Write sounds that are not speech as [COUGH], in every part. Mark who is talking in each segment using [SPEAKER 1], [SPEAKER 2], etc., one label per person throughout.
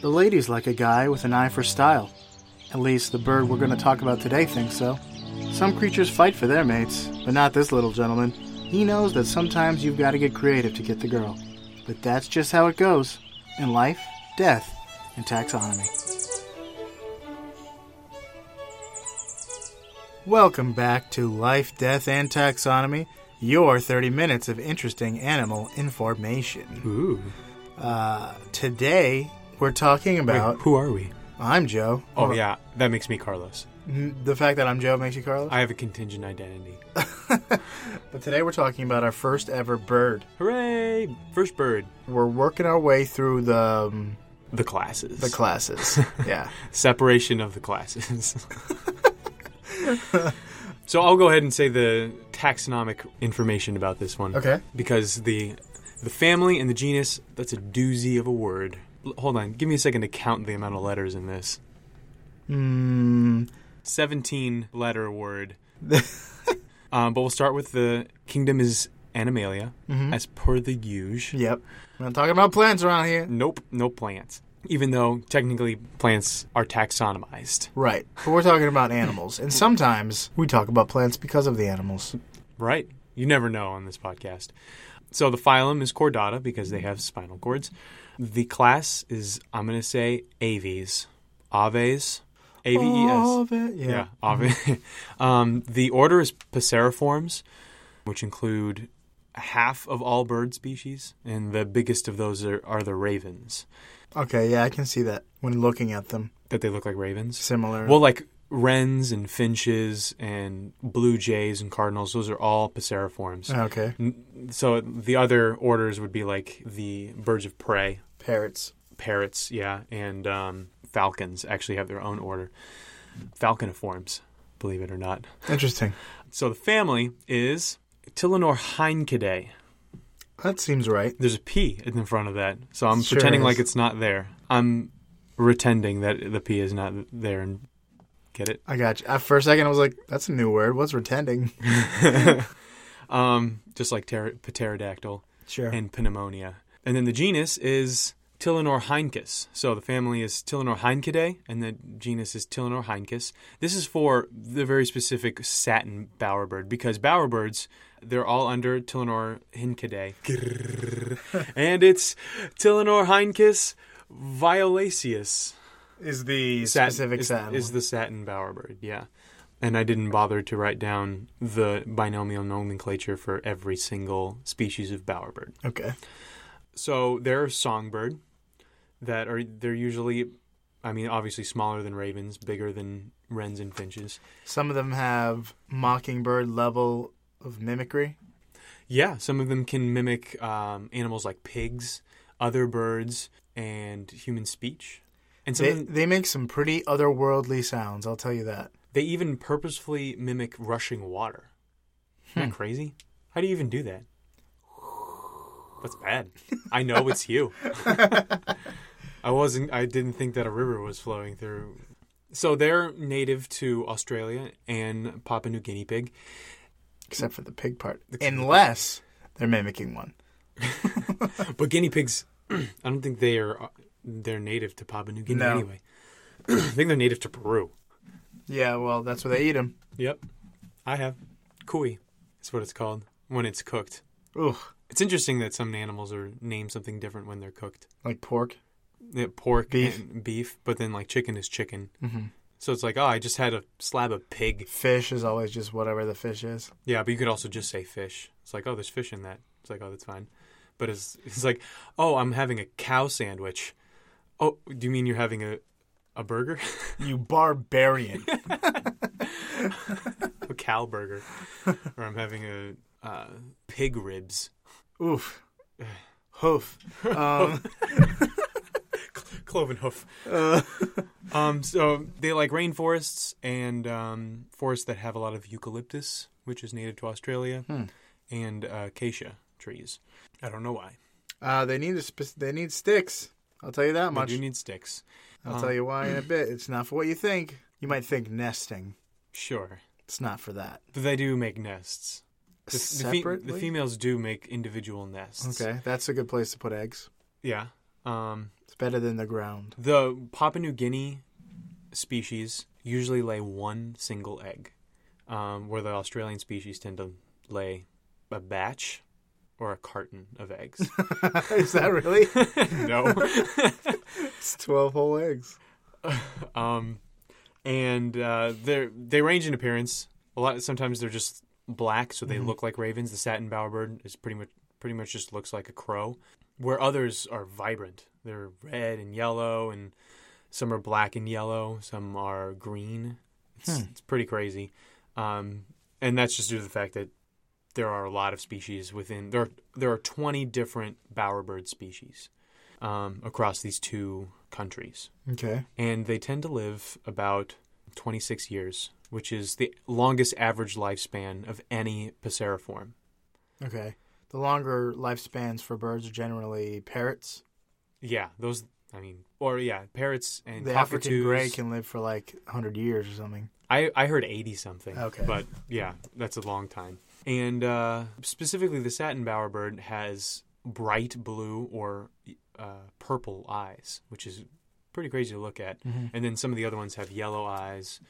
[SPEAKER 1] The ladies like a guy with an eye for style. At least the bird we're going to talk about today thinks so. Some creatures fight for their mates, but not this little gentleman. He knows that sometimes you've got to get creative to get the girl. But that's just how it goes in life, death, and taxonomy. Welcome back to Life, Death, and Taxonomy, your 30 minutes of interesting animal information. Uh,
[SPEAKER 2] Ooh.
[SPEAKER 1] Today, we're talking about.
[SPEAKER 2] Wait, who are we?
[SPEAKER 1] I'm Joe.
[SPEAKER 2] Oh, yeah. That makes me Carlos.
[SPEAKER 1] N- The fact that I'm Joe makes you Carlos.
[SPEAKER 2] I have a contingent identity.
[SPEAKER 1] But today we're talking about our first ever bird.
[SPEAKER 2] Hooray! First bird.
[SPEAKER 1] We're working our way through the um,
[SPEAKER 2] The classes.
[SPEAKER 1] the classes. yeah.
[SPEAKER 2] Separation of the classes. [LAUGHS] so I'll go ahead and say the taxonomic information about this one.
[SPEAKER 1] Okay.
[SPEAKER 2] Because the the family and the genus, that's a doozy of a word. L- hold on. Give me a second to count the amount of letters in this.
[SPEAKER 1] Mm,
[SPEAKER 2] 17 letter word. um, but we'll start with the kingdom is Animalia, as per the usual.
[SPEAKER 1] yep. We're not talking about plants around here.
[SPEAKER 2] Nope, no plants. Even though technically plants are taxonomized,
[SPEAKER 1] Right. But we're talking about animals, and sometimes we talk about plants because of the animals.
[SPEAKER 2] right? You never know on this podcast. So the phylum is Chordata because they have spinal cords. The class is I'm going to say aves, aves, a v e s.
[SPEAKER 1] Of it. Yeah.
[SPEAKER 2] Yeah, obvi- [LAUGHS] um, the order is Passeriformes, which include half of all bird species, and the biggest of those are, are the ravens.
[SPEAKER 1] Okay. Yeah, I can see that when looking at them.
[SPEAKER 2] That they look like ravens.
[SPEAKER 1] Similar.
[SPEAKER 2] Well, like wrens and finches and blue jays and cardinals, those are all Passeriformes.
[SPEAKER 1] okay.
[SPEAKER 2] N- So the other orders would be like the birds of prey,
[SPEAKER 1] Parrots.
[SPEAKER 2] parrots, yeah, and um, falcons actually have their own order. Falconiformes, believe it or not.
[SPEAKER 1] Interesting.
[SPEAKER 2] So the family is Tillinor Heinkidae.
[SPEAKER 1] That seems right.
[SPEAKER 2] There's a P in the front of that, so I'm
[SPEAKER 1] Sure
[SPEAKER 2] pretending
[SPEAKER 1] is.
[SPEAKER 2] like it's not there. I'm pretending that the P is not there and get it.
[SPEAKER 1] I got you. At first second, I was like, "That's a new word. What's retending?"
[SPEAKER 2] Um, just like pter- pterodactyl
[SPEAKER 1] Sure.
[SPEAKER 2] and pneumonia. And then the genus is Tillinor Heincus. So the family is Tillinor Heinkidae, and the genus is Tillinor Heincus. This is for the very specific satin bowerbird because bowerbirds they're all under Tillinor Heinkidae. and it's Tillinor Heincus violaceus.
[SPEAKER 1] is the
[SPEAKER 2] Satin-
[SPEAKER 1] specific
[SPEAKER 2] is,
[SPEAKER 1] satin?
[SPEAKER 2] is the satin bowerbird. Yeah. And I didn't bother to write down the binomial nomenclature for every single species of bowerbird
[SPEAKER 1] okay.
[SPEAKER 2] so they're a songbird that are they're usually i mean obviously smaller than ravens bigger than wrens and finches
[SPEAKER 1] Some of them have mockingbird level of mimicry.
[SPEAKER 2] yeah some of them can mimic um, animals like pigs other birds and human speech and some
[SPEAKER 1] They,
[SPEAKER 2] of them,
[SPEAKER 1] they make some pretty otherworldly sounds, I'll tell you that.
[SPEAKER 2] they even purposefully mimic rushing water isn't that crazy how do you even do that that's bad i know it's you I wasn't. I didn't think that a river was flowing through. So they're native to Australia and Papua New Guinea pig.
[SPEAKER 1] Except for the pig part. Unless they're mimicking one.
[SPEAKER 2] But guinea pigs, [CLEARS THROAT] I don't think they are. uh, They're native to Papua New Guinea
[SPEAKER 1] No.
[SPEAKER 2] anyway. [CLEARS THROAT] I think they're native to Peru.
[SPEAKER 1] Yeah, well, that's where they eat them.
[SPEAKER 2] Yep, I have kui. That's what it's called when it's cooked.
[SPEAKER 1] Ugh,
[SPEAKER 2] It's interesting that some animals are named something different when they're cooked.
[SPEAKER 1] like pork.
[SPEAKER 2] Yeah, pork
[SPEAKER 1] Beef.
[SPEAKER 2] and beef, but then like chicken is chicken.
[SPEAKER 1] Mm-hmm.
[SPEAKER 2] So it's like, oh, I just had a slab of pig.
[SPEAKER 1] Fish is always just whatever the fish is.
[SPEAKER 2] Yeah, but you could also just say fish. It's like, oh, there's fish in that. It's like, oh, that's fine. But it's it's like, oh, I'm having a cow sandwich. Oh, do you mean you're having a a burger? [LAUGHS]
[SPEAKER 1] You [LAUGHS] barbarian.
[SPEAKER 2] a cow burger? or I'm having a uh, pig ribs.
[SPEAKER 1] Oof. Hoof. [LAUGHS] Um,
[SPEAKER 2] Cloven hoof.
[SPEAKER 1] Uh.
[SPEAKER 2] um, so they like rainforests and um, forests that have a lot of eucalyptus, which is native to Australia,
[SPEAKER 1] Hmm.
[SPEAKER 2] and uh, acacia trees. I don't know why.
[SPEAKER 1] uh, they need a spec- they need sticks. I'll tell you that
[SPEAKER 2] They
[SPEAKER 1] much.
[SPEAKER 2] do need sticks. Um,
[SPEAKER 1] I'll tell you
[SPEAKER 2] [CLEARS THROAT]
[SPEAKER 1] why in a bit. It's not for what you think. You might think nesting.
[SPEAKER 2] Sure.
[SPEAKER 1] It's not for that.
[SPEAKER 2] But they do make nests. The, the fe-
[SPEAKER 1] Separately.
[SPEAKER 2] the females do make individual nests.
[SPEAKER 1] Okay, that's a good place to put eggs.
[SPEAKER 2] Yeah. Um,
[SPEAKER 1] It's better than the
[SPEAKER 2] [LAUGHS]
[SPEAKER 1] ground. [LAUGHS]
[SPEAKER 2] the Papua New Guinea species usually lay one single egg, um, where the Australian species tend to lay a batch or a carton of eggs.
[SPEAKER 1] Is that
[SPEAKER 2] [LAUGHS]
[SPEAKER 1] really?
[SPEAKER 2] no.
[SPEAKER 1] It's 12 whole eggs.
[SPEAKER 2] Um, and uh, they they range in appearance. A lot sometimes they're just black, so they look like ravens. The satin bowerbird is pretty much pretty much just looks like a crow. Where others are vibrant, they're red and yellow, and some are black and yellow, some are green. It's, it's pretty crazy, um, and that's just due to the fact that there are a lot of species within there. Are, there are twenty different bowerbird species um, across these two countries
[SPEAKER 1] Okay.
[SPEAKER 2] and they tend to live about 26 years, which is the longest average lifespan of any passeriform.
[SPEAKER 1] Okay. The longer lifespans for birds are generally parrots.
[SPEAKER 2] Yeah, those. I mean, or yeah, parrots and
[SPEAKER 1] the African
[SPEAKER 2] cockatoos.
[SPEAKER 1] gray can live for like 100 years or something.
[SPEAKER 2] I I heard 80 something.
[SPEAKER 1] Okay.
[SPEAKER 2] but yeah, that's a long time. And uh, specifically, the satin bowerbird has bright blue or uh, purple eyes, which is pretty crazy to look at. and then some of the other ones have yellow eyes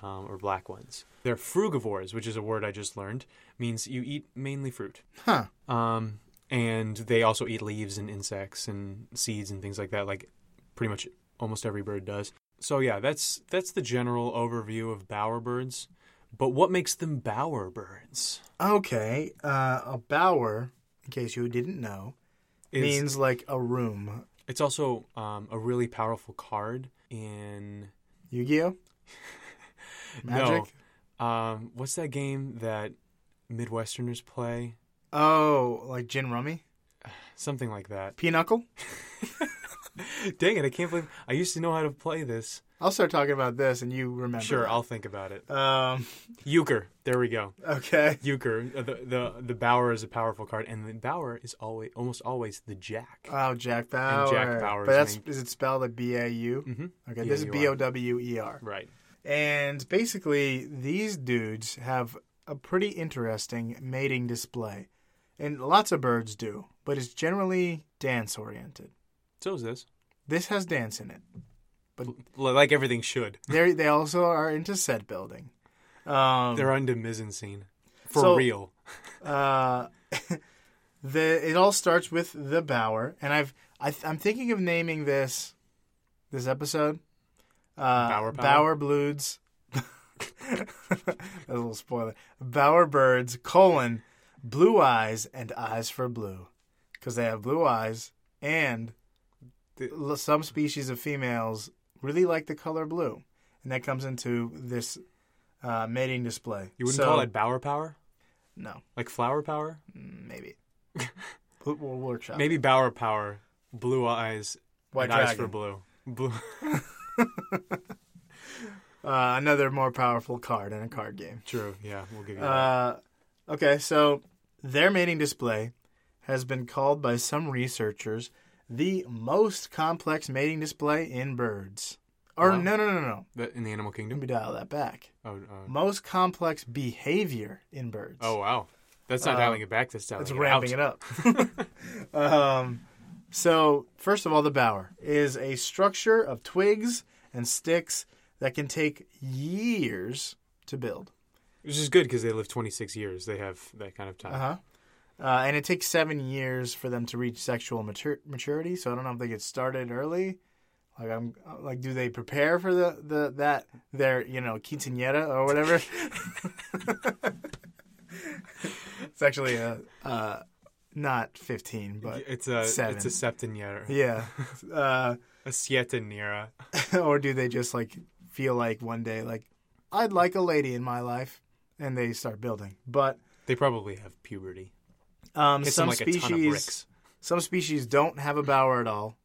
[SPEAKER 2] um, or black ones. They're frugivores, which is a word I just learned, means you eat mainly fruit.
[SPEAKER 1] Huh.
[SPEAKER 2] Um, and they also eat leaves and insects and seeds and things like that, like pretty much almost every bird does. So yeah, that's that's the general overview of bowerbirds. But what makes them bowerbirds?
[SPEAKER 1] Okay. Uh, a bower, in case you didn't know,
[SPEAKER 2] Is,
[SPEAKER 1] means like a room.
[SPEAKER 2] it's also um, a really powerful card in
[SPEAKER 1] Yu Gi
[SPEAKER 2] [LAUGHS]
[SPEAKER 1] Oh? Magic?
[SPEAKER 2] No. Um, what's that game that Midwesterners play?
[SPEAKER 1] Oh, like gin rummy?
[SPEAKER 2] Something like that. [LAUGHS]
[SPEAKER 1] Pinochle?
[SPEAKER 2] Dang it, I can't believe I used to know how to play this.
[SPEAKER 1] I'll start talking about this and you remember.
[SPEAKER 2] Sure, I'll think about it.
[SPEAKER 1] Um, [LAUGHS]
[SPEAKER 2] Euchre. There we go.
[SPEAKER 1] okay.
[SPEAKER 2] Euchre. Uh, The, the the Bower is a powerful card, and the Bower is always almost always the Jack.
[SPEAKER 1] Oh, Jack Bauer.
[SPEAKER 2] Bauer's
[SPEAKER 1] But that's
[SPEAKER 2] name.
[SPEAKER 1] is it spelled a B A U?
[SPEAKER 2] mm-hmm.
[SPEAKER 1] Okay, this is
[SPEAKER 2] B-A-U-R.
[SPEAKER 1] B O W E R.
[SPEAKER 2] Right.
[SPEAKER 1] And basically, these dudes have a pretty interesting mating display. And lots of birds do, but it's generally dance oriented.
[SPEAKER 2] So is this.
[SPEAKER 1] This has dance in it.
[SPEAKER 2] L- like everything should.
[SPEAKER 1] They they also are into set building. Um,
[SPEAKER 2] They're under mise scene. For
[SPEAKER 1] So-
[SPEAKER 2] real.
[SPEAKER 1] uh, [LAUGHS] the it all starts with the bower, and I've I, th- I'm thinking of naming this this episode uh,
[SPEAKER 2] Bower Power?
[SPEAKER 1] Bower [LAUGHS] Bloods. That's a little spoiler. Bower birds colon blue eyes and eyes for blue, because they have blue eyes and
[SPEAKER 2] The-
[SPEAKER 1] l- some species of females really like the color blue, and that comes into this uh, mating display.
[SPEAKER 2] You wouldn't
[SPEAKER 1] So-
[SPEAKER 2] call it Bower Power?
[SPEAKER 1] no.
[SPEAKER 2] Like Flower Power?
[SPEAKER 1] [LAUGHS] Maybe. we'll, we'll workshop.
[SPEAKER 2] Maybe Bower Power, Blue Eyes,
[SPEAKER 1] White
[SPEAKER 2] and Eyes
[SPEAKER 1] Dragon.
[SPEAKER 2] for Blue. Blue. [LAUGHS]
[SPEAKER 1] uh, another more powerful card in a card game.
[SPEAKER 2] True. Yeah, we'll give you that.
[SPEAKER 1] Uh, okay, so their mating display has been called by some researchers the most complex mating display in birds. Or
[SPEAKER 2] Wow.
[SPEAKER 1] no, no, no, no.
[SPEAKER 2] But in the animal
[SPEAKER 1] Let
[SPEAKER 2] kingdom.
[SPEAKER 1] me dial that back.
[SPEAKER 2] Oh, uh,
[SPEAKER 1] Most complex behavior in birds.
[SPEAKER 2] oh wow. That's not
[SPEAKER 1] Uh,
[SPEAKER 2] dialing it back. That's dialing
[SPEAKER 1] It's
[SPEAKER 2] it
[SPEAKER 1] ramping
[SPEAKER 2] out.
[SPEAKER 1] it up. [LAUGHS] um, so, first of all, the bower is a structure of twigs and sticks that can take years to build.
[SPEAKER 2] Which is good because they live 26 years. They have that kind of time.
[SPEAKER 1] Uh-huh. Uh, and it takes seven years for them to reach sexual matur- maturity. So I don't know if they get started early. Like I'm like, do they prepare for the, the that their you know quinceanera or whatever? [LAUGHS] it's actually a uh, not fifteen, but
[SPEAKER 2] It's a
[SPEAKER 1] seven.
[SPEAKER 2] it's a septenniera,
[SPEAKER 1] Yeah. [LAUGHS] Uh,
[SPEAKER 2] a sietenniera.
[SPEAKER 1] or do they just like feel like one day like I'd like a lady in my life and they start building. But
[SPEAKER 2] They probably have puberty.
[SPEAKER 1] um,
[SPEAKER 2] Hits
[SPEAKER 1] some
[SPEAKER 2] them like a ton of
[SPEAKER 1] species
[SPEAKER 2] bricks.
[SPEAKER 1] some species don't have a bower at all.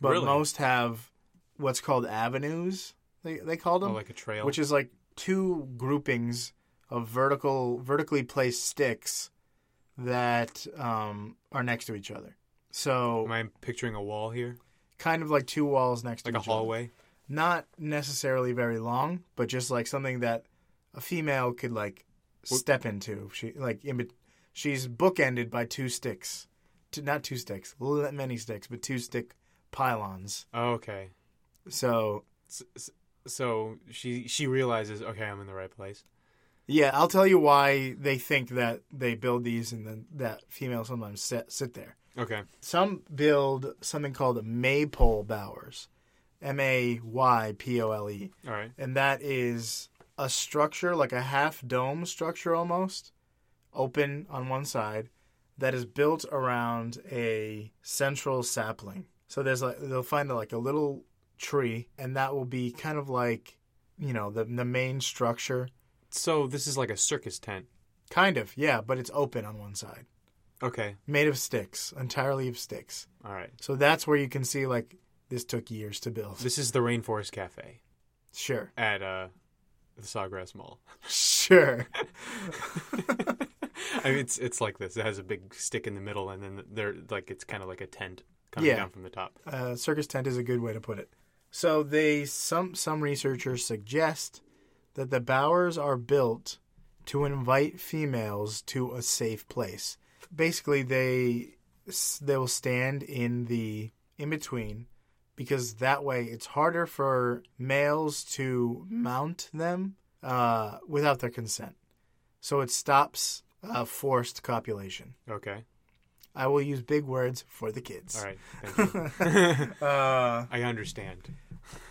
[SPEAKER 1] But
[SPEAKER 2] Really?
[SPEAKER 1] most have what's called avenues. They they call
[SPEAKER 2] Or
[SPEAKER 1] them,
[SPEAKER 2] Oh, like a trail.
[SPEAKER 1] Um, which is like two groupings of vertical vertically placed sticks that um, are next to each other. So
[SPEAKER 2] Am I picturing a wall here,
[SPEAKER 1] kind of like two walls next
[SPEAKER 2] like
[SPEAKER 1] to
[SPEAKER 2] a
[SPEAKER 1] each other.
[SPEAKER 2] hallway?
[SPEAKER 1] not necessarily very long, but just like something that a female could like step into. She like in, bet- she's bookended by two sticks, two, not two sticks, l- many sticks, but two stick pylons.
[SPEAKER 2] Oh, okay.
[SPEAKER 1] So
[SPEAKER 2] S- s- So she she realizes, okay, I'm in the right place.
[SPEAKER 1] yeah, I'll tell you why they think that they build these and then that females sometimes sit, sit there.
[SPEAKER 2] Okay.
[SPEAKER 1] Some build something called maypole bowers, M A Y P O L E,
[SPEAKER 2] All right.
[SPEAKER 1] and that is a structure like a half dome structure almost, open on one side, that is built around a central sapling. So there's like they'll find like a little tree, and that will be kind of like you know the the main structure,
[SPEAKER 2] So this is like a circus tent.
[SPEAKER 1] kind of yeah, but it's open on one side,
[SPEAKER 2] Okay.
[SPEAKER 1] made of sticks, entirely of sticks.
[SPEAKER 2] All right.
[SPEAKER 1] So that's where you can see like this took years to build.
[SPEAKER 2] This is the Rainforest Cafe
[SPEAKER 1] Sure. [LAUGHS]
[SPEAKER 2] at uh, the Sawgrass Mall. [LAUGHS]
[SPEAKER 1] Sure.
[SPEAKER 2] I mean, it's it's like this. It has a big stick in the middle, and then there like it's kind of like a tent coming
[SPEAKER 1] Yeah.
[SPEAKER 2] down from the top.
[SPEAKER 1] Uh, circus tent is a good way to put it. So they some some researchers suggest that the bowers are built to invite females to a safe place. Basically, they s- they will stand in the in between because that way it's harder for males to mount them uh, without their consent. So it stops uh, forced copulation.
[SPEAKER 2] Okay.
[SPEAKER 1] I will use big words for the kids.
[SPEAKER 2] All right.
[SPEAKER 1] [LAUGHS]
[SPEAKER 2] Thank you. [LAUGHS] I understand.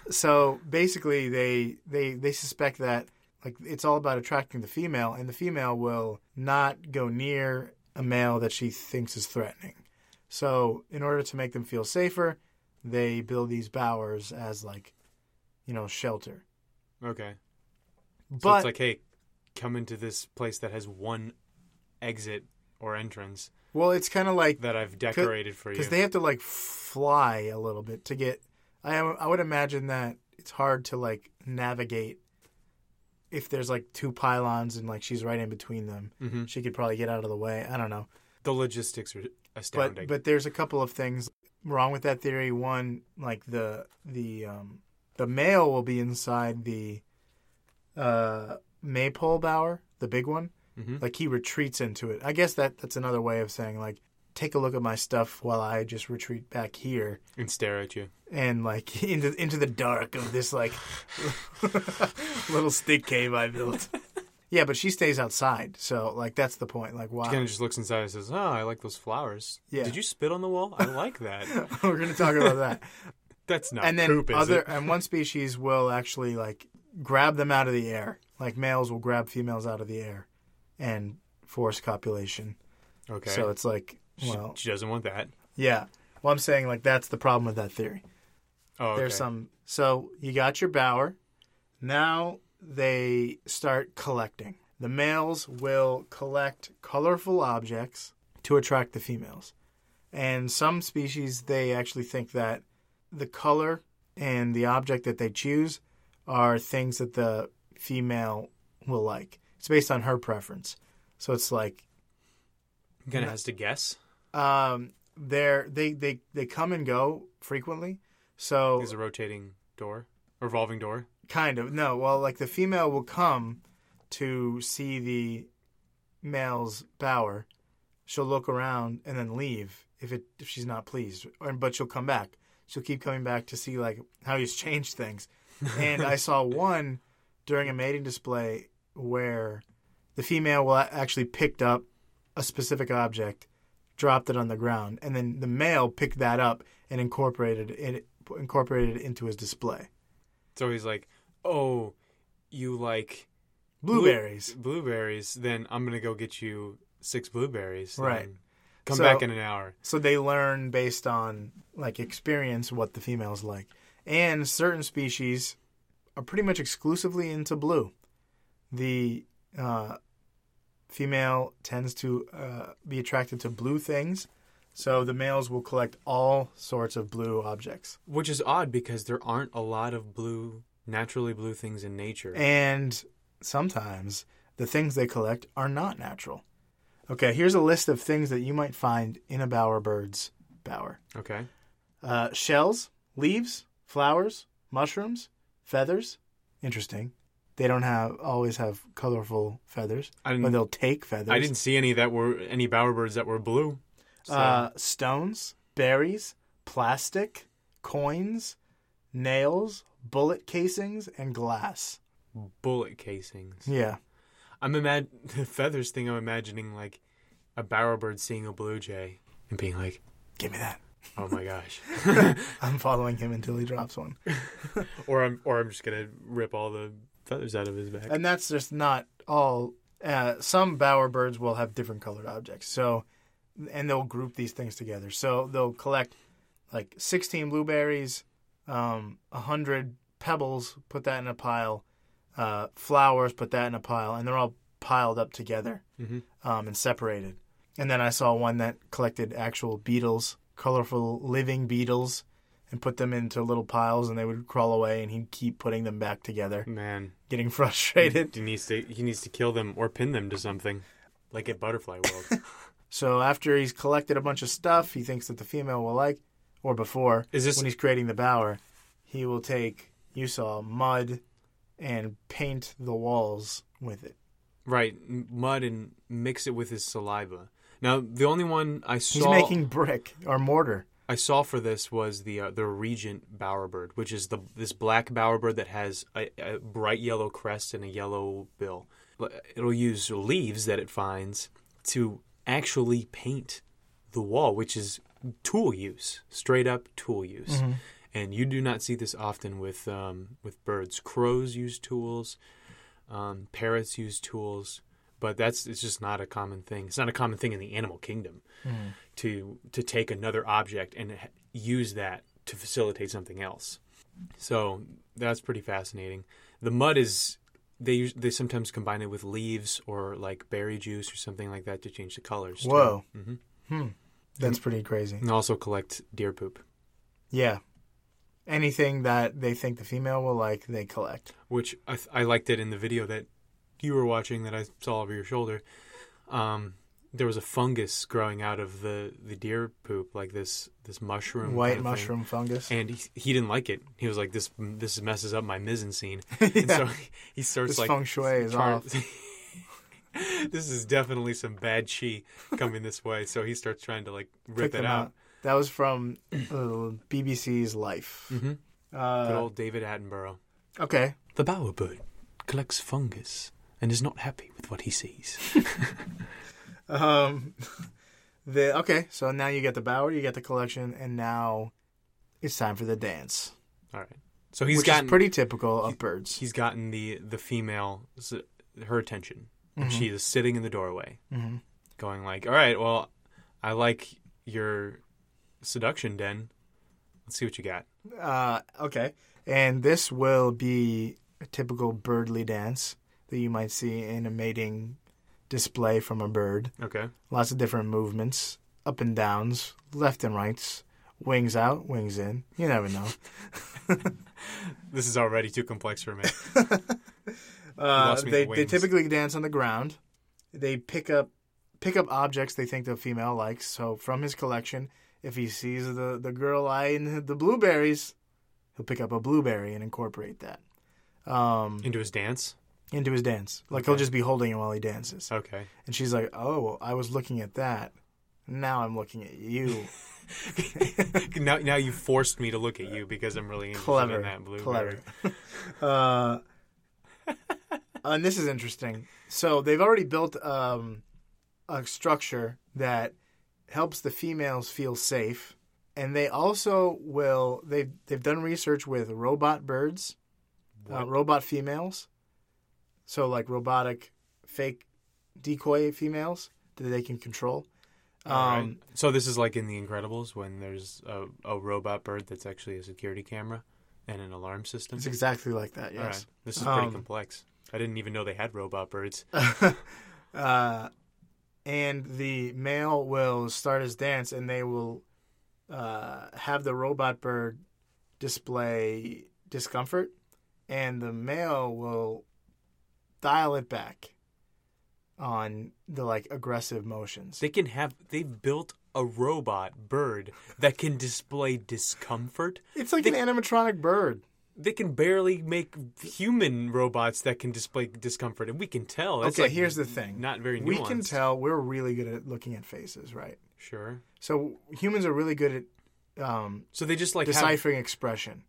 [SPEAKER 1] so basically they they they suspect that like it's all about attracting the female and the female will not go near a male that she thinks is threatening so in order to make them feel safer they build these bowers as like you know shelter
[SPEAKER 2] Okay. So
[SPEAKER 1] but
[SPEAKER 2] it's like, hey, come into this place that has one exit or entrance
[SPEAKER 1] well it's kind of like
[SPEAKER 2] that I've decorated for you.
[SPEAKER 1] because they have to like fly a little bit to get I, I would imagine that it's hard to like navigate if there's like two pylons and like she's right in between them
[SPEAKER 2] Mhm.
[SPEAKER 1] she could probably get out of the way i don't know
[SPEAKER 2] The logistics are astounding.
[SPEAKER 1] but but there's a couple of things wrong with that theory one like the the um the male will be inside the uh maypole bower the big one
[SPEAKER 2] Mhm.
[SPEAKER 1] like he retreats into it i guess that that's another way of saying like take a look at my stuff while i just retreat back here
[SPEAKER 2] and stare at you.
[SPEAKER 1] and like [LAUGHS] into into the dark of this like [LAUGHS] little stick cave I built. Yeah, but she stays outside, so like that's the point. Like, why?
[SPEAKER 2] Kind of just looks inside and says, "Oh, I like those flowers.
[SPEAKER 1] Yeah.
[SPEAKER 2] Did you spit on the wall? I like that.
[SPEAKER 1] [LAUGHS] [LAUGHS] We're gonna talk about that.
[SPEAKER 2] That's not
[SPEAKER 1] and then
[SPEAKER 2] poop, is
[SPEAKER 1] other
[SPEAKER 2] it?
[SPEAKER 1] and one species will actually like grab them out of the air. Like males will grab females out of the air and force copulation.
[SPEAKER 2] Okay.
[SPEAKER 1] So it's like,
[SPEAKER 2] She-
[SPEAKER 1] well,
[SPEAKER 2] she, doesn't want that.
[SPEAKER 1] yeah. Well, I'm saying like that's the problem with that theory.
[SPEAKER 2] Oh, okay.
[SPEAKER 1] There's some. So you got your bower. Now they start collecting. The males will collect colorful objects to attract the females. And some species, they actually think that the color and the object that they choose are things that the female will like. It's based on her preference. So it's like
[SPEAKER 2] kind of has to guess.
[SPEAKER 1] um, they're, they, they, they come and go frequently. So
[SPEAKER 2] Is a rotating door, revolving door.
[SPEAKER 1] Kind of. No, well, like the female will come to see the male's bower. She'll look around and then leave if it if she's not pleased. Or, but she'll come back. She'll keep coming back to see like how he's changed things. And I saw one during a mating display where the female will a- actually picked up a specific object, dropped it on the ground, and then the male picked that up and incorporated it incorporated it into his display.
[SPEAKER 2] So he's like, "Oh, you like blue-
[SPEAKER 1] Blueberries.
[SPEAKER 2] blueberries? Then I'm gonna go get you six blueberries.
[SPEAKER 1] Right.
[SPEAKER 2] then Come
[SPEAKER 1] So-
[SPEAKER 2] back in an hour.
[SPEAKER 1] So they learn based on like experience what the females like. And certain species are pretty much exclusively into blue. The uh, female tends to uh, be attracted to blue things, so the males will collect all sorts of blue objects.
[SPEAKER 2] Which is odd because there aren't a lot of blue, naturally blue things in nature.
[SPEAKER 1] And sometimes the things they collect are not natural. Okay, here's a list of things that you might find in a bowerbird's bower.
[SPEAKER 2] okay.
[SPEAKER 1] uh, shells, leaves, flowers, mushrooms, feathers. Interesting. They don't have always have colorful feathers,
[SPEAKER 2] I
[SPEAKER 1] but
[SPEAKER 2] didn't,
[SPEAKER 1] they'll take feathers.
[SPEAKER 2] I didn't see any that were any bowerbirds that were blue. So,
[SPEAKER 1] Uh, stones, berries, plastic, coins, nails, bullet casings, and glass.
[SPEAKER 2] Bullet casings.
[SPEAKER 1] Yeah.
[SPEAKER 2] I'm imag- [LAUGHS] the feathers thing. I'm imagining like a bowerbird seeing a blue jay and being like,
[SPEAKER 1] Give me that.
[SPEAKER 2] "Oh
[SPEAKER 1] [LAUGHS]
[SPEAKER 2] my gosh!"
[SPEAKER 1] I'm following him until he drops one.
[SPEAKER 2] or I'm or I'm just gonna rip all the feathers out of his back.
[SPEAKER 1] And that's just not all. Uh, some bowerbirds will have different colored objects. So, and they'll group these things together. So they'll collect like 16 blueberries, um, 100 pebbles, put that in a pile, uh, flowers, put that in a pile, and they're all piled up together um, and separated. And then I saw one that collected actual beetles, colorful living beetles, and put them into little piles, and they would crawl away, and he'd keep putting them back together,
[SPEAKER 2] Man,
[SPEAKER 1] getting [LAUGHS] frustrated.
[SPEAKER 2] he needs to he needs to kill them or pin them to something, like at Butterfly
[SPEAKER 1] [LAUGHS]
[SPEAKER 2] World.
[SPEAKER 1] So after he's collected a bunch of stuff, he thinks that the female will like, or before,
[SPEAKER 2] Is this-
[SPEAKER 1] when he's creating the bower, he will take you saw mud and paint the walls with it.
[SPEAKER 2] right, m- mud and mix it with his saliva. Now, the only one I
[SPEAKER 1] He's
[SPEAKER 2] saw
[SPEAKER 1] making brick or mortar.
[SPEAKER 2] I saw for this was the uh, the regent bowerbird, which is the this black bowerbird that has a, a bright yellow crest and a yellow bill. But It'll use leaves that it finds to actually paint the wall, which is tool use, straight up tool use. And you do not see this often with um, with birds. Crows use tools, um, parrots use tools, but that's it's just not a common thing. It's not a common thing in the animal kingdom to to take another object and h- use that to facilitate something else. So that's pretty fascinating. The mud is they use, they sometimes combine it with leaves or like berry juice or something like that to change the colors. too.
[SPEAKER 1] Whoa.
[SPEAKER 2] Mhm.
[SPEAKER 1] Hmm. That's
[SPEAKER 2] Mm.
[SPEAKER 1] pretty crazy.
[SPEAKER 2] And also collect deer poop,
[SPEAKER 1] Yeah. Anything that they think the female will like, they collect.
[SPEAKER 2] which I, th- I liked it in the video that you were watching that I saw over your shoulder. Um, there was a fungus growing out of the, the deer poop, like this this mushroom,
[SPEAKER 1] White
[SPEAKER 2] kind of thing.
[SPEAKER 1] mushroom fungus.
[SPEAKER 2] and he, he didn't like it. He was like, "This this messes up my mise
[SPEAKER 1] [LAUGHS]
[SPEAKER 2] en scene." And so [LAUGHS] he, he starts
[SPEAKER 1] This
[SPEAKER 2] like
[SPEAKER 1] feng shui is
[SPEAKER 2] trying-
[SPEAKER 1] off.
[SPEAKER 2] [LAUGHS] this is definitely some bad chi coming this way. So he starts trying to like
[SPEAKER 1] Pick
[SPEAKER 2] rip it
[SPEAKER 1] them
[SPEAKER 2] out.
[SPEAKER 1] out. That was from uh, BBC's Life.
[SPEAKER 2] Mhm.
[SPEAKER 1] Uh,
[SPEAKER 2] Good old David Attenborough.
[SPEAKER 1] Okay.
[SPEAKER 2] The bowerbird collects fungus and is not happy with what he sees.
[SPEAKER 1] Um, [LAUGHS] the okay, so now you get the Bower, you get the collection, and now it's time for the dance,
[SPEAKER 2] All right, so he's
[SPEAKER 1] which
[SPEAKER 2] gotten
[SPEAKER 1] is pretty typical of birds.
[SPEAKER 2] he's gotten the the female s- her attention. And
[SPEAKER 1] Mm-hmm.
[SPEAKER 2] She is sitting in the doorway,
[SPEAKER 1] Mhm.
[SPEAKER 2] going like, "All right, well, I like your seduction den. Let's see what you got."
[SPEAKER 1] Uh, okay, and this will be a typical birdly dance that you might see in a mating display from a bird.
[SPEAKER 2] Okay,
[SPEAKER 1] Lots of different movements, up and downs, left and rights, wings out, wings in. You never know.
[SPEAKER 2] this is already too complex for
[SPEAKER 1] [LAUGHS]
[SPEAKER 2] me.
[SPEAKER 1] Uh,
[SPEAKER 2] lost me at
[SPEAKER 1] they
[SPEAKER 2] the
[SPEAKER 1] they
[SPEAKER 2] wings.
[SPEAKER 1] typically dance on the ground. They pick up pick up objects they think the female likes. So from his collection, if he sees the the girl eyeing the blueberries, he'll pick up a blueberry and incorporate that um,
[SPEAKER 2] Into his dance.
[SPEAKER 1] into his dance. Like he'll
[SPEAKER 2] Okay.
[SPEAKER 1] just be holding it while he dances.
[SPEAKER 2] Okay, [LAUGHS]
[SPEAKER 1] And she's like, "Oh, I was looking at that. Now I'm looking at you."
[SPEAKER 2] now now you forced me to look at you because I'm really interested
[SPEAKER 1] clever,
[SPEAKER 2] in that blue.
[SPEAKER 1] clever.
[SPEAKER 2] [LAUGHS]
[SPEAKER 1] uh, and this is interesting. So they've already built um, a structure that helps the females feel safe, and they also will. They they've done research with robot birds, uh,
[SPEAKER 2] What?
[SPEAKER 1] robot females. So like robotic, fake, decoy females that they can control.
[SPEAKER 2] All
[SPEAKER 1] Um,
[SPEAKER 2] right. So this is like in The Incredibles when there's a, a robot bird that's actually a security camera and an alarm system.
[SPEAKER 1] It's exactly like that. Yes.
[SPEAKER 2] All right. This is pretty
[SPEAKER 1] Um,
[SPEAKER 2] complex. I didn't even know they had robot birds.
[SPEAKER 1] [LAUGHS] uh, and the male will start his dance, and they will uh, have the robot bird display discomfort, and the male will dial it back on the like aggressive motions.
[SPEAKER 2] They can have. They've built a robot bird that can display discomfort.
[SPEAKER 1] It's like an animatronic bird.
[SPEAKER 2] They can barely make human robots that can display discomfort, and we can tell. That's
[SPEAKER 1] okay,
[SPEAKER 2] like
[SPEAKER 1] here's the thing.
[SPEAKER 2] Not very nuanced.
[SPEAKER 1] we can tell we're really good at looking at faces, right?
[SPEAKER 2] Sure.
[SPEAKER 1] So humans are really good at um,
[SPEAKER 2] So they just like have,
[SPEAKER 1] deciphering expression.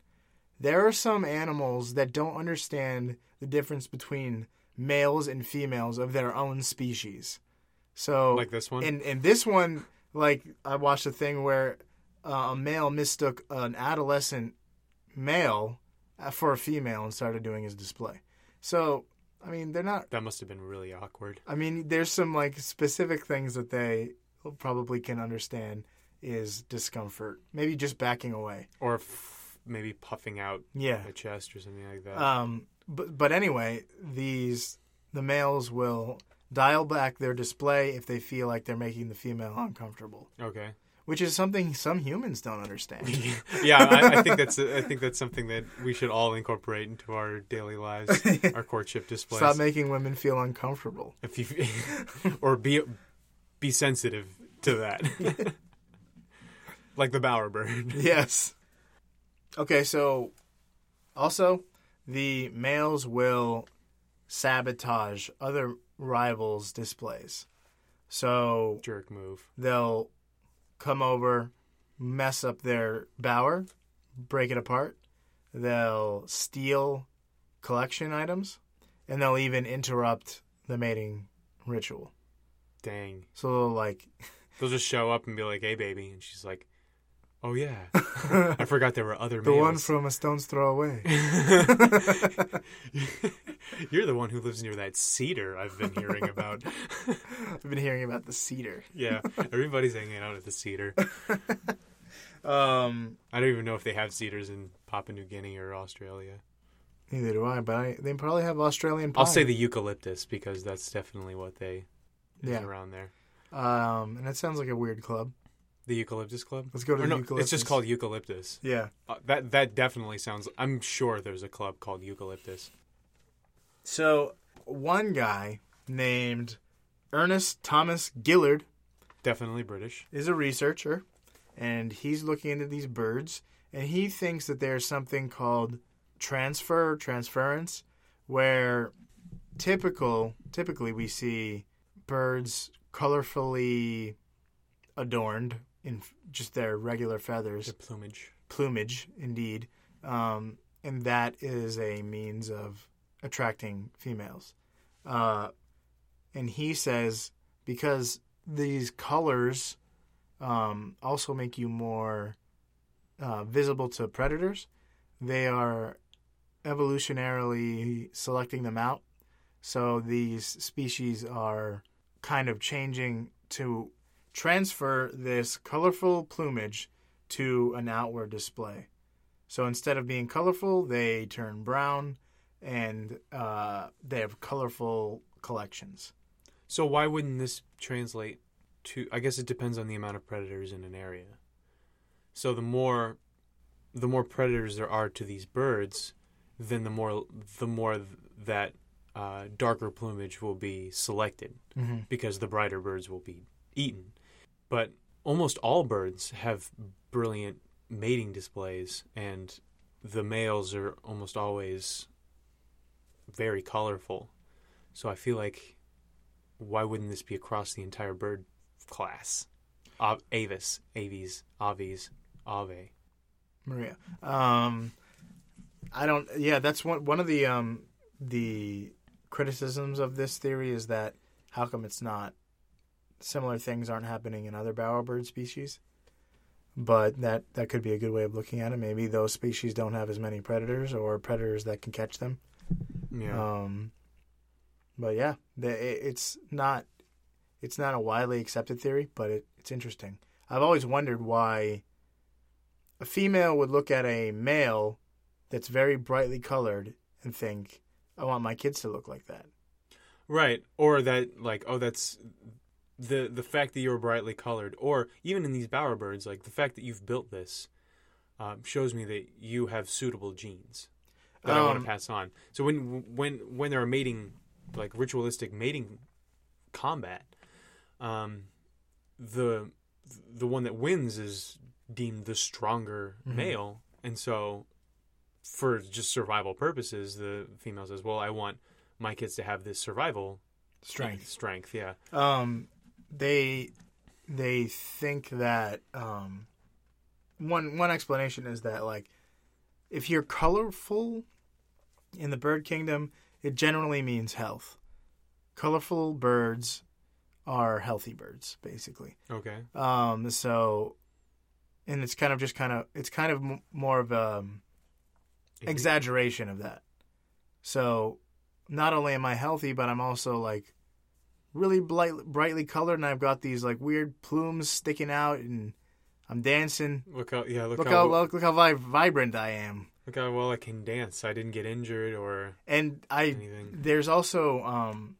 [SPEAKER 1] There are some animals that don't understand the difference between males and females of their own species. So,
[SPEAKER 2] Like this one?
[SPEAKER 1] and and this one, like I watched a thing where uh, a male mistook an adolescent male uh, for a female and started doing his display. So, I mean, they're not
[SPEAKER 2] that must have been really awkward.
[SPEAKER 1] I mean, there's some like specific things that they probably can understand is discomfort. Maybe just backing away.
[SPEAKER 2] Or f- maybe puffing out
[SPEAKER 1] Yeah.
[SPEAKER 2] the chest or something like that.
[SPEAKER 1] Um. But but anyway, these the males will dial back their display if they feel like they're making the female uncomfortable,
[SPEAKER 2] okay.
[SPEAKER 1] which is something some humans don't understand.
[SPEAKER 2] yeah, I, I think that's I think that's something that we should all incorporate into our
[SPEAKER 1] [LAUGHS]
[SPEAKER 2] daily lives, our courtship displays.
[SPEAKER 1] Stop making women feel uncomfortable.
[SPEAKER 2] if you [LAUGHS] or be be sensitive to that, [LAUGHS] like the bowerbird.
[SPEAKER 1] [LAUGHS] Yes. Okay, so also the males will sabotage other rivals' displays. So
[SPEAKER 2] jerk move.
[SPEAKER 1] they'll come over, mess up their bower, break it apart. They'll steal collection items, and they'll even interrupt the mating ritual.
[SPEAKER 2] Dang,
[SPEAKER 1] So they'll like [LAUGHS]
[SPEAKER 2] they'll just show up and be like, "Hey, baby," and she's like, "Oh yeah, I forgot there were other
[SPEAKER 1] the one
[SPEAKER 2] males."
[SPEAKER 1] from a stone's throw away.
[SPEAKER 2] [LAUGHS] You're the one who lives near that cedar I've been hearing about.
[SPEAKER 1] [LAUGHS] I've been hearing about the cedar.
[SPEAKER 2] yeah, everybody's hanging out at the cedar.
[SPEAKER 1] Um,
[SPEAKER 2] I don't even know if they have cedars in Papua New Guinea or Australia.
[SPEAKER 1] Neither do I, but I, they probably have Australian pine.
[SPEAKER 2] I'll say the eucalyptus because that's definitely what they is
[SPEAKER 1] Yeah.
[SPEAKER 2] around there.
[SPEAKER 1] Um, and that sounds like a weird club.
[SPEAKER 2] The eucalyptus club.
[SPEAKER 1] Let's go to
[SPEAKER 2] Or
[SPEAKER 1] the
[SPEAKER 2] no,
[SPEAKER 1] eucalyptus.
[SPEAKER 2] It's just called eucalyptus.
[SPEAKER 1] Yeah.
[SPEAKER 2] Uh, that that definitely sounds. I'm sure there's a club called eucalyptus.
[SPEAKER 1] So one guy named Ernest Thomas Gillard
[SPEAKER 2] Definitely British.
[SPEAKER 1] is a researcher, and he's looking into these birds, and he thinks that there's something called transfer transference, where typical typically we see birds colorfully adorned in f- just their regular feathers.
[SPEAKER 2] The plumage.
[SPEAKER 1] plumage, indeed, um, and that is a means of attracting females. Uh, and he says because these colors um, also make you more uh, visible to predators, they are evolutionarily selecting them out. So these species are kind of changing to transfer this colorful plumage to an outward display. So instead of being colorful, they turn brown and uh, they have colorful collections.
[SPEAKER 2] So why wouldn't this translate to? I guess it depends on the amount of predators in an area. So the more, the more predators there are to these birds, then the more the more that uh, darker plumage will be selected
[SPEAKER 1] Mm-hmm.
[SPEAKER 2] because the brighter birds will be eaten. But almost all birds have brilliant mating displays, and the males are almost always very colorful. So I feel like why wouldn't this be across the entire bird class? Av- avis, aves, aves, ave.
[SPEAKER 1] Maria. Um, I don't. Yeah, that's one one of the um, the criticisms of this theory is that how come it's not similar things aren't happening in other bowerbird species. But that that could be a good way of looking at it. Maybe those species don't have as many predators or predators that can catch them.
[SPEAKER 2] Yeah.
[SPEAKER 1] Um, but yeah, the, it, it's not it's not a widely accepted theory, but it, it's interesting. I've always wondered why a female would look at a male that's very brightly colored and think, "I want my kids to look like that."
[SPEAKER 2] Right, or that like oh that's the the fact that you're brightly colored, or even in these bowerbirds, like the fact that you've built this um, shows me that you have suitable genes that I want
[SPEAKER 1] Um,
[SPEAKER 2] to pass on. So when when when there are mating like ritualistic mating combat, um, the the one that wins is deemed the stronger
[SPEAKER 1] Mm-hmm.
[SPEAKER 2] male, and so for just survival purposes, the female says, "Well, I want." My kids to have this survival
[SPEAKER 1] Strength.
[SPEAKER 2] Strength, yeah.
[SPEAKER 1] Um, they they think that um, one one explanation is that like if you're colorful in the bird kingdom, it generally means health. Colorful birds are healthy birds, basically.
[SPEAKER 2] Okay.
[SPEAKER 1] Um, so, and it's kind of just kind of it's kind of m- more of a exaggeration of that. So, not only am I healthy, but I'm also like really bright, brightly colored, and I've got these like weird plumes sticking out, and I'm dancing.
[SPEAKER 2] Look how yeah look,
[SPEAKER 1] Look
[SPEAKER 2] how,
[SPEAKER 1] how look, look how vi- vibrant I am,
[SPEAKER 2] look how well I can dance. I didn't get injured or
[SPEAKER 1] and I
[SPEAKER 2] anything.
[SPEAKER 1] there's also um,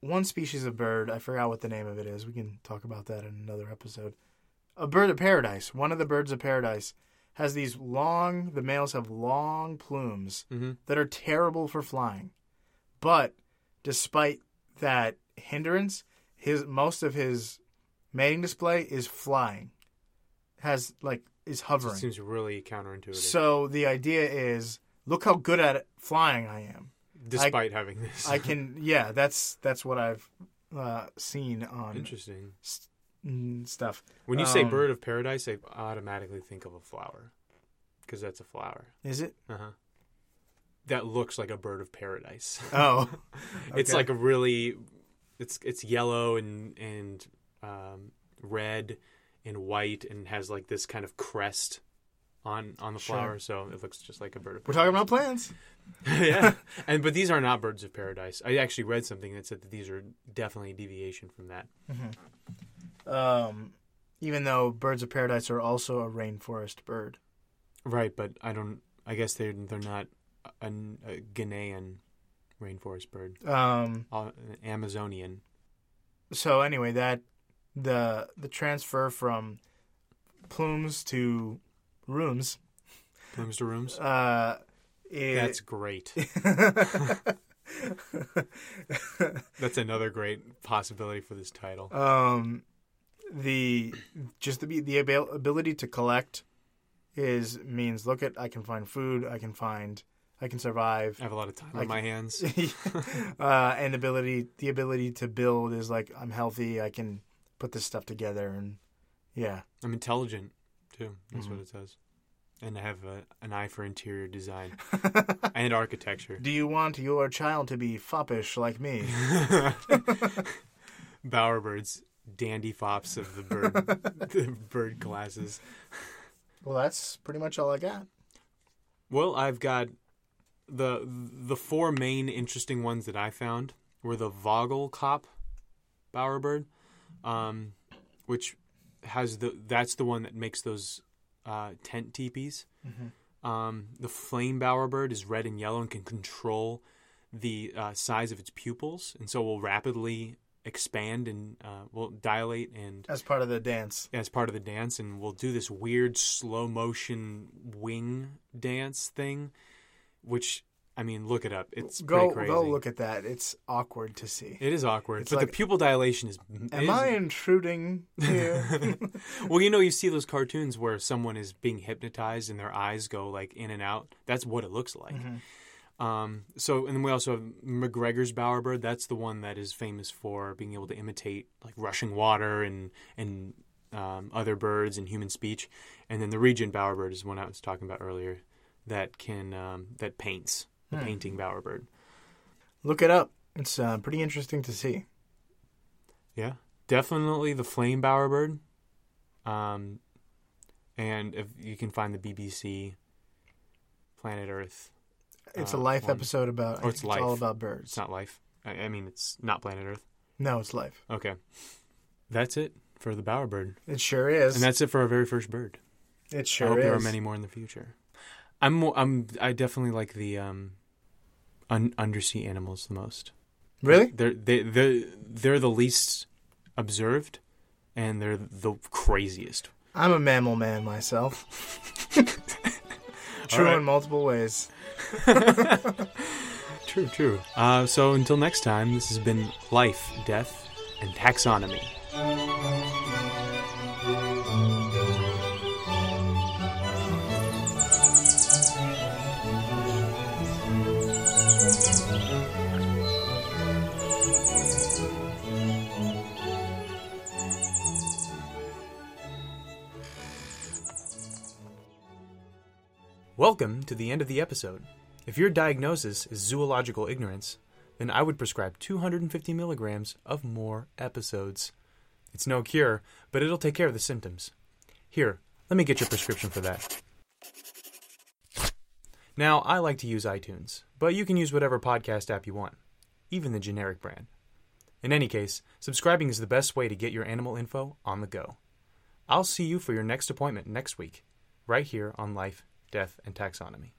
[SPEAKER 1] one species of bird. I forgot what the name of it is. We can talk about that in another episode. A bird of paradise. One of the birds of paradise has these long. The males have long plumes
[SPEAKER 2] Mhm.
[SPEAKER 1] that are terrible for flying, but despite that hindrance, his most of his mating display is flying. Has like is
[SPEAKER 2] It
[SPEAKER 1] hovering.
[SPEAKER 2] seems really counterintuitive,
[SPEAKER 1] So the idea is, look how good at flying I am.
[SPEAKER 2] despite having this.
[SPEAKER 1] I can. Yeah, that's that's what I've uh, seen on
[SPEAKER 2] [LAUGHS] Interesting.
[SPEAKER 1] s- mm, stuff.
[SPEAKER 2] When you say
[SPEAKER 1] Um,
[SPEAKER 2] bird of paradise, I automatically think of a flower, because that's a flower.
[SPEAKER 1] Is it?
[SPEAKER 2] Uh huh. That looks like a bird of paradise. [LAUGHS]
[SPEAKER 1] Oh, [LAUGHS]
[SPEAKER 2] It's
[SPEAKER 1] Okay.
[SPEAKER 2] like a really, it's it's yellow and and um, red and white and has like this kind of crest on on the
[SPEAKER 1] Sure.
[SPEAKER 2] flower, so it looks just like a bird of.
[SPEAKER 1] we're
[SPEAKER 2] Paradise.
[SPEAKER 1] talking about plants.
[SPEAKER 2] [LAUGHS] yeah, and but these are not birds of paradise. I actually read something that said that these are definitely a deviation from that.
[SPEAKER 1] Um, even though birds of paradise are also a rainforest bird.
[SPEAKER 2] Right, but I don't. I guess they're they're not an, a Ghanaian rainforest bird,
[SPEAKER 1] Um,
[SPEAKER 2] uh, an Amazonian.
[SPEAKER 1] so anyway, that the the transfer from plumes to rooms.
[SPEAKER 2] Plumes to rooms.
[SPEAKER 1] Uh, it,
[SPEAKER 2] That's great.
[SPEAKER 1] [LAUGHS]
[SPEAKER 2] That's [LAUGHS] another great possibility for this title.
[SPEAKER 1] um, the just the the abil- ability to collect is means look at I can find food, I can find, I can survive.
[SPEAKER 2] [LAUGHS] I have a lot of time
[SPEAKER 1] I
[SPEAKER 2] on my hands.
[SPEAKER 1] [LAUGHS]
[SPEAKER 2] [LAUGHS]
[SPEAKER 1] uh, and ability the ability to build is like I'm healthy, I can put this stuff together, and yeah, [LAUGHS]
[SPEAKER 2] I'm intelligent too. That's
[SPEAKER 1] Mhm.
[SPEAKER 2] what it says. And I have a, an eye for interior design and
[SPEAKER 1] [LAUGHS]
[SPEAKER 2] architecture. [LAUGHS]
[SPEAKER 1] Do you want your child to be foppish like me?
[SPEAKER 2] Bowerbirds, dandy fops of the bird, the bird classes.
[SPEAKER 1] well, that's pretty much all I got.
[SPEAKER 2] Well, I've got the the four main interesting ones that I found were the Vogel Cop bowerbird, um, which has the that's the one that makes those uh, tent teepees. Um, the flame bowerbird is red and yellow and can control the uh, size of its pupils, and so will rapidly expand and uh, will dilate and
[SPEAKER 1] As part of the dance,
[SPEAKER 2] as part of the dance and we'll do this weird slow motion wing dance thing which i mean look it up it's
[SPEAKER 1] go
[SPEAKER 2] pretty crazy
[SPEAKER 1] go look at that. It's awkward to see.
[SPEAKER 2] it is awkward
[SPEAKER 1] It's
[SPEAKER 2] but
[SPEAKER 1] like-
[SPEAKER 2] the pupil dilation is it
[SPEAKER 1] Am
[SPEAKER 2] is-
[SPEAKER 1] I
[SPEAKER 2] [LAUGHS]
[SPEAKER 1] intruding here?
[SPEAKER 2] well you know you see those cartoons where someone is being hypnotized and their eyes go like in and out that's what it looks like um, so and then we also have mcgregor's bowerbird that's the one that is famous for being able to imitate like rushing water and and um, other birds and human speech and then the regent bowerbird is one i was talking about earlier that can um, that paints the painting bowerbird
[SPEAKER 1] look it up. It's uh, pretty interesting to see.
[SPEAKER 2] Yeah, definitely the flame bowerbird. Um, and if you can find the BBC Planet Earth,
[SPEAKER 1] It's
[SPEAKER 2] Uh,
[SPEAKER 1] a life
[SPEAKER 2] one.
[SPEAKER 1] episode about. I
[SPEAKER 2] Oh, it's
[SPEAKER 1] think all
[SPEAKER 2] life.
[SPEAKER 1] about
[SPEAKER 2] it's
[SPEAKER 1] birds.
[SPEAKER 2] not life. I, I mean, it's not Planet Earth.
[SPEAKER 1] No, it's life.
[SPEAKER 2] Okay, that's it for the bowerbird,
[SPEAKER 1] It sure is.
[SPEAKER 2] and that's it for our very first bird.
[SPEAKER 1] it
[SPEAKER 2] I hope
[SPEAKER 1] sure
[SPEAKER 2] there are
[SPEAKER 1] is.
[SPEAKER 2] many more in the future. I'm mo- I'm I definitely like the um, un- undersea animals the most.
[SPEAKER 1] Really?
[SPEAKER 2] They're they they they're the least observed, and they're the craziest.
[SPEAKER 1] I'm a mammal man
[SPEAKER 2] [LAUGHS]
[SPEAKER 1] myself. [LAUGHS] True
[SPEAKER 2] All right.
[SPEAKER 1] in multiple ways.
[SPEAKER 2] True, true. Uh, so until next time, this has been Life, Death, and Taxonomy. Welcome to the end of the episode. If your diagnosis is zoological ignorance, then I would prescribe 250 milligrams of more episodes. It's no cure, but it'll take care of the symptoms. Here, let me get your prescription for that. Now, I like to use iTunes, but you can use whatever podcast app you want, even the generic brand. In any case, subscribing is the best way to get your animal info on the go. I'll see you for your next appointment next week, right here on Life, Death, and Taxonomy.